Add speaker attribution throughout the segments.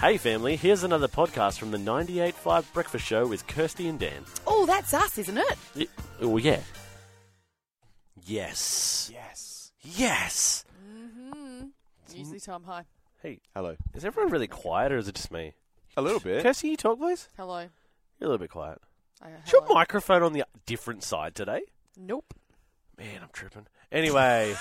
Speaker 1: Hey, family, here's another podcast from the 98.5 Breakfast Show with Kirsty and Dan.
Speaker 2: Oh, that's us, isn't it?
Speaker 1: Y- Oh, yeah. Yes.
Speaker 3: Yes.
Speaker 1: Yes.
Speaker 2: Usually time high.
Speaker 1: Hey,
Speaker 3: Hello.
Speaker 1: is everyone really quiet or is it just me?
Speaker 3: A little bit.
Speaker 1: Kirsty, you talk, please?
Speaker 2: Hello. Uh,
Speaker 1: You're a little bit quiet.
Speaker 2: I,
Speaker 1: Is your microphone on the different side today?
Speaker 2: Nope.
Speaker 1: Man, I'm tripping. Anyway,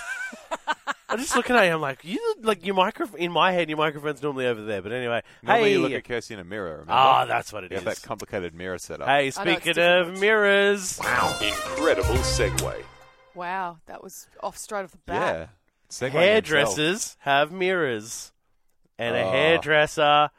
Speaker 1: I'm just looking at you. I'm like, you like your microphone in my head. Your microphone's normally over there, but anyway,
Speaker 3: Normally
Speaker 1: hey,
Speaker 3: you look at Kirsty in a mirror. Remember?
Speaker 1: ah, that's what it
Speaker 3: you
Speaker 1: is.
Speaker 3: have that complicated mirror setup.
Speaker 1: hey,
Speaker 2: I know, it's
Speaker 1: speaking of
Speaker 2: difficult.
Speaker 1: mirrors,
Speaker 4: Incredible segue.
Speaker 2: Wow, that was off straight off the
Speaker 3: Yeah.
Speaker 2: bat.
Speaker 3: Segwaying himself.
Speaker 1: hairdressers have mirrors, and a
Speaker 3: Ah.
Speaker 1: hairdresser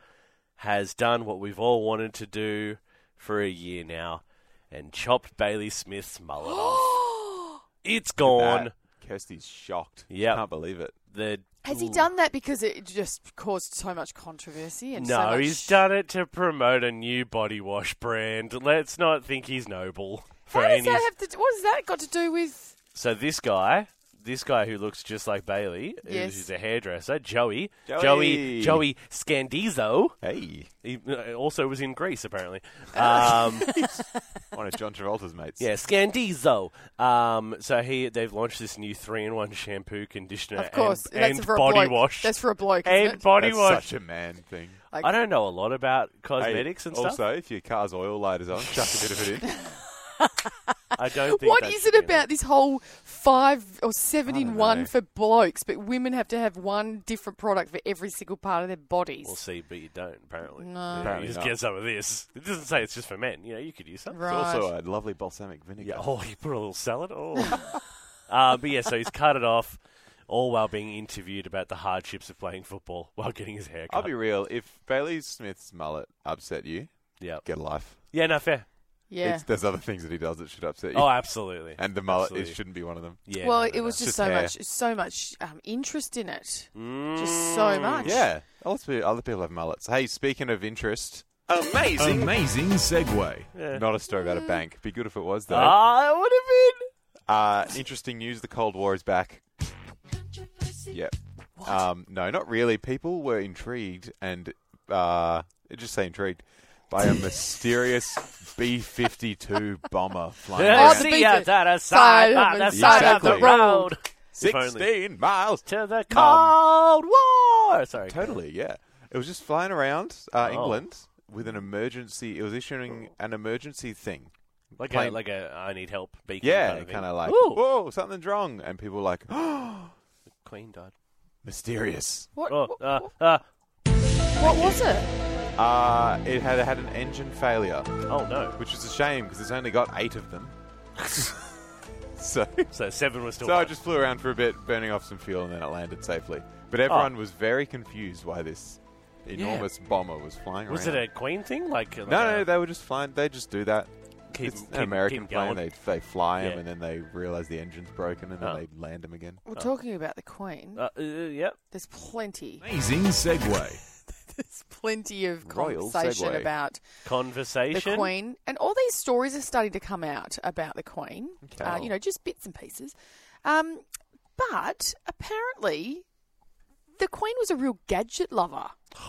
Speaker 1: has done what we've all wanted to do for a year now, and chopped Bailey Smith's mullet off. It's
Speaker 3: Look at
Speaker 1: gone.
Speaker 3: that. Kirsty's shocked.
Speaker 1: Yep.
Speaker 3: Can't believe it.
Speaker 1: The
Speaker 2: Has he done that because it just caused so much controversy and so
Speaker 1: No,
Speaker 2: much-
Speaker 1: he's done it to promote a new body wash brand. Let's not think he's noble for
Speaker 2: How does
Speaker 1: any.
Speaker 2: that have to? Do, what has that got to do with?
Speaker 1: So this guy, this guy who looks just like Bailey,
Speaker 2: Yes.
Speaker 1: who's a hairdresser, Joey,
Speaker 3: Joey.
Speaker 1: Joey, Joey Scandizo.
Speaker 3: Hey.
Speaker 1: He uh, also was in Greece, apparently.
Speaker 2: Oh,
Speaker 1: Um,
Speaker 3: One of John Travolta's mates.
Speaker 1: yeah, Scandizo. Um, so he, they've launched this new three-in-one shampoo, conditioner,
Speaker 2: Of course,
Speaker 1: and,
Speaker 2: that's
Speaker 1: and
Speaker 2: for a
Speaker 1: body
Speaker 2: bloke.
Speaker 1: wash,
Speaker 2: That's for a bloke. Isn't
Speaker 1: and
Speaker 2: it?
Speaker 1: body
Speaker 3: That's
Speaker 1: wash.
Speaker 3: such a man thing.
Speaker 1: I don't know a lot about cosmetics
Speaker 3: Hey,
Speaker 1: and stuff.
Speaker 3: Also, if your car's oil light is on, chuck a bit of it in.
Speaker 1: I don't think.
Speaker 2: What
Speaker 1: that
Speaker 2: is
Speaker 1: should
Speaker 2: it
Speaker 1: be in
Speaker 2: about this whole five or seven
Speaker 3: I don't
Speaker 2: in one
Speaker 3: know.
Speaker 2: for blokes, but women have to have one different product for every single part of their bodies?
Speaker 1: We'll see, but you don't apparently.
Speaker 2: No.
Speaker 1: You
Speaker 3: Apparently
Speaker 1: just
Speaker 3: not.
Speaker 1: get some of this. It doesn't say it's just for men. You know, you could use some.
Speaker 2: right.
Speaker 3: It's also a lovely balsamic vinegar.
Speaker 1: Yeah. Oh, you put a little salad. Oh. uh, but yeah, so he's cut it off, all while being interviewed about the hardships of playing football while getting his hair
Speaker 3: I'll
Speaker 1: cut.
Speaker 3: be real. If Bailey Smith's mullet upset you,
Speaker 1: yeah.
Speaker 3: get a life.
Speaker 1: Yeah. No fair.
Speaker 2: yeah.
Speaker 3: It's, there's other things that he does that should upset you.
Speaker 1: Oh, absolutely.
Speaker 3: and the mullet
Speaker 1: absolutely.
Speaker 3: it shouldn't be one of them.
Speaker 1: yeah.
Speaker 2: well,
Speaker 1: no, no,
Speaker 2: it was
Speaker 1: no.
Speaker 2: just,
Speaker 3: Just
Speaker 2: so
Speaker 3: hair.
Speaker 2: much, so much um, interest in it. Just
Speaker 1: Mm,
Speaker 2: so much.
Speaker 3: Yeah, other people, other people have mullets. Hey, speaking of interest,
Speaker 4: Amazing. Amazing segue.
Speaker 1: Yeah.
Speaker 3: not a story about a bank. Be good if it was though.
Speaker 1: Ah, it would have
Speaker 3: Uh, interesting news: the Cold War is back. Yep. Um, no, not really. People were intrigued, and uh, just say intrigued by a mysterious B fifty two bomber flying.
Speaker 1: been.
Speaker 2: Oh,
Speaker 3: around.
Speaker 2: the
Speaker 1: See
Speaker 2: beat
Speaker 1: ya
Speaker 2: it.
Speaker 1: that a side,
Speaker 2: Side
Speaker 1: by the
Speaker 2: of the-
Speaker 1: side
Speaker 3: side
Speaker 1: of the
Speaker 3: of the
Speaker 1: road. If only.
Speaker 3: Sixteen miles.
Speaker 1: to the Cold War. Sorry.
Speaker 3: Totally, yeah. It was just flying around uh,
Speaker 1: Oh.
Speaker 3: England with an emergency. It was issuing an emergency thing.
Speaker 1: Like a
Speaker 3: Plain-
Speaker 1: like a I need help beacon.
Speaker 3: Yeah,
Speaker 1: kind of, thing.
Speaker 3: kind of like,
Speaker 1: Ooh.
Speaker 3: whoa, something's wrong, and people were like, oh,
Speaker 1: Queen died.
Speaker 3: mysterious.
Speaker 2: What,
Speaker 1: Oh,
Speaker 2: what,
Speaker 1: uh, uh,
Speaker 2: what was it?
Speaker 3: Uh, it had had an engine failure,
Speaker 1: oh no.
Speaker 3: which is a shame because it's only got eight of them. so,
Speaker 1: So seven was still.
Speaker 3: so I
Speaker 1: alive.
Speaker 3: just flew around for a bit, burning off some fuel, and then it landed safely. But everyone was very confused why this enormous bomber was flying
Speaker 1: was it
Speaker 3: around.
Speaker 1: a Queen thing? Like
Speaker 3: no, no, they were just flying. They just do that.
Speaker 1: keep,
Speaker 3: it's
Speaker 1: keep-
Speaker 3: an American
Speaker 1: keep
Speaker 3: plane.
Speaker 1: going.
Speaker 3: They, they fly him
Speaker 1: Yeah.
Speaker 3: and then they realize the engine's broken and then
Speaker 1: Oh.
Speaker 3: they land him again.
Speaker 2: We're talking about the Queen.
Speaker 1: Uh, uh, yep.
Speaker 2: There's plenty.
Speaker 4: Amazing segue.
Speaker 2: There's plenty of
Speaker 3: Royal
Speaker 2: conversation
Speaker 3: segue.
Speaker 2: about the
Speaker 1: Conversation.
Speaker 2: Queen, and all these stories are starting to come out about the Queen. Uh,
Speaker 3: Okay.
Speaker 2: you know, just bits and pieces. Um, but apparently, the Queen was a real gadget lover.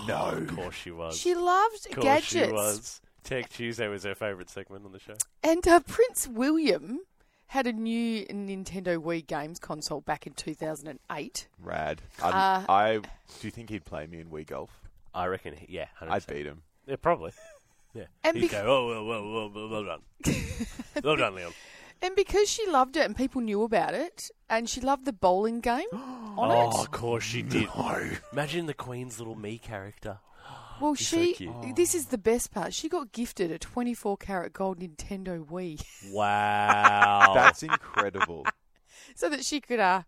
Speaker 1: No. Of course she was.
Speaker 2: She loved
Speaker 1: of course
Speaker 2: gadgets.
Speaker 1: she was. Tech Tuesday was her favourite segment on the show.
Speaker 2: And uh, Prince William had a new Nintendo Wii games console back in 2008.
Speaker 3: Rad. I'd,
Speaker 2: Uh,
Speaker 3: I do you think he'd play me in Wii Golf?
Speaker 1: I reckon. he- Yeah. 100%.
Speaker 3: I'd beat him.
Speaker 1: Yeah, probably. Yeah.
Speaker 2: And
Speaker 1: He'd
Speaker 2: bec-
Speaker 1: go, oh, well, well, well, well, well done. well done, Leon.
Speaker 2: And because she loved it and people knew about it, and she loved the bowling game on
Speaker 1: Oh,
Speaker 2: it.
Speaker 1: of course she did. Imagine the Queen's little me character.
Speaker 2: Well,
Speaker 1: he's so
Speaker 2: she.
Speaker 1: cute.
Speaker 2: This is the best part. She got gifted a 24 karat gold Nintendo Wii
Speaker 1: Wow.
Speaker 3: That's incredible.
Speaker 2: so that she could, uh,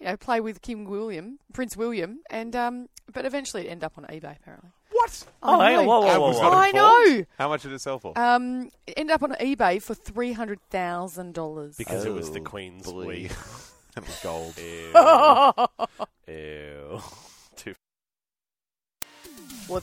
Speaker 2: you know, play with King William, Prince William, and um. But eventually, it ended up on eBay apparently.
Speaker 3: what?
Speaker 1: Oh,
Speaker 2: I
Speaker 1: hang on,
Speaker 2: know.
Speaker 1: whoa, whoa,
Speaker 3: That
Speaker 1: whoa,
Speaker 3: was
Speaker 1: whoa.
Speaker 3: not
Speaker 2: I
Speaker 3: involved?
Speaker 2: know.
Speaker 3: How much did it sell for?
Speaker 2: Um, it ended up on eBay for three hundred thousand dollars.
Speaker 1: Because it was the
Speaker 3: Oh,
Speaker 1: Queen's
Speaker 3: boy.
Speaker 1: wee.
Speaker 3: That was gold.
Speaker 1: Ew. Ew. Too
Speaker 2: Well,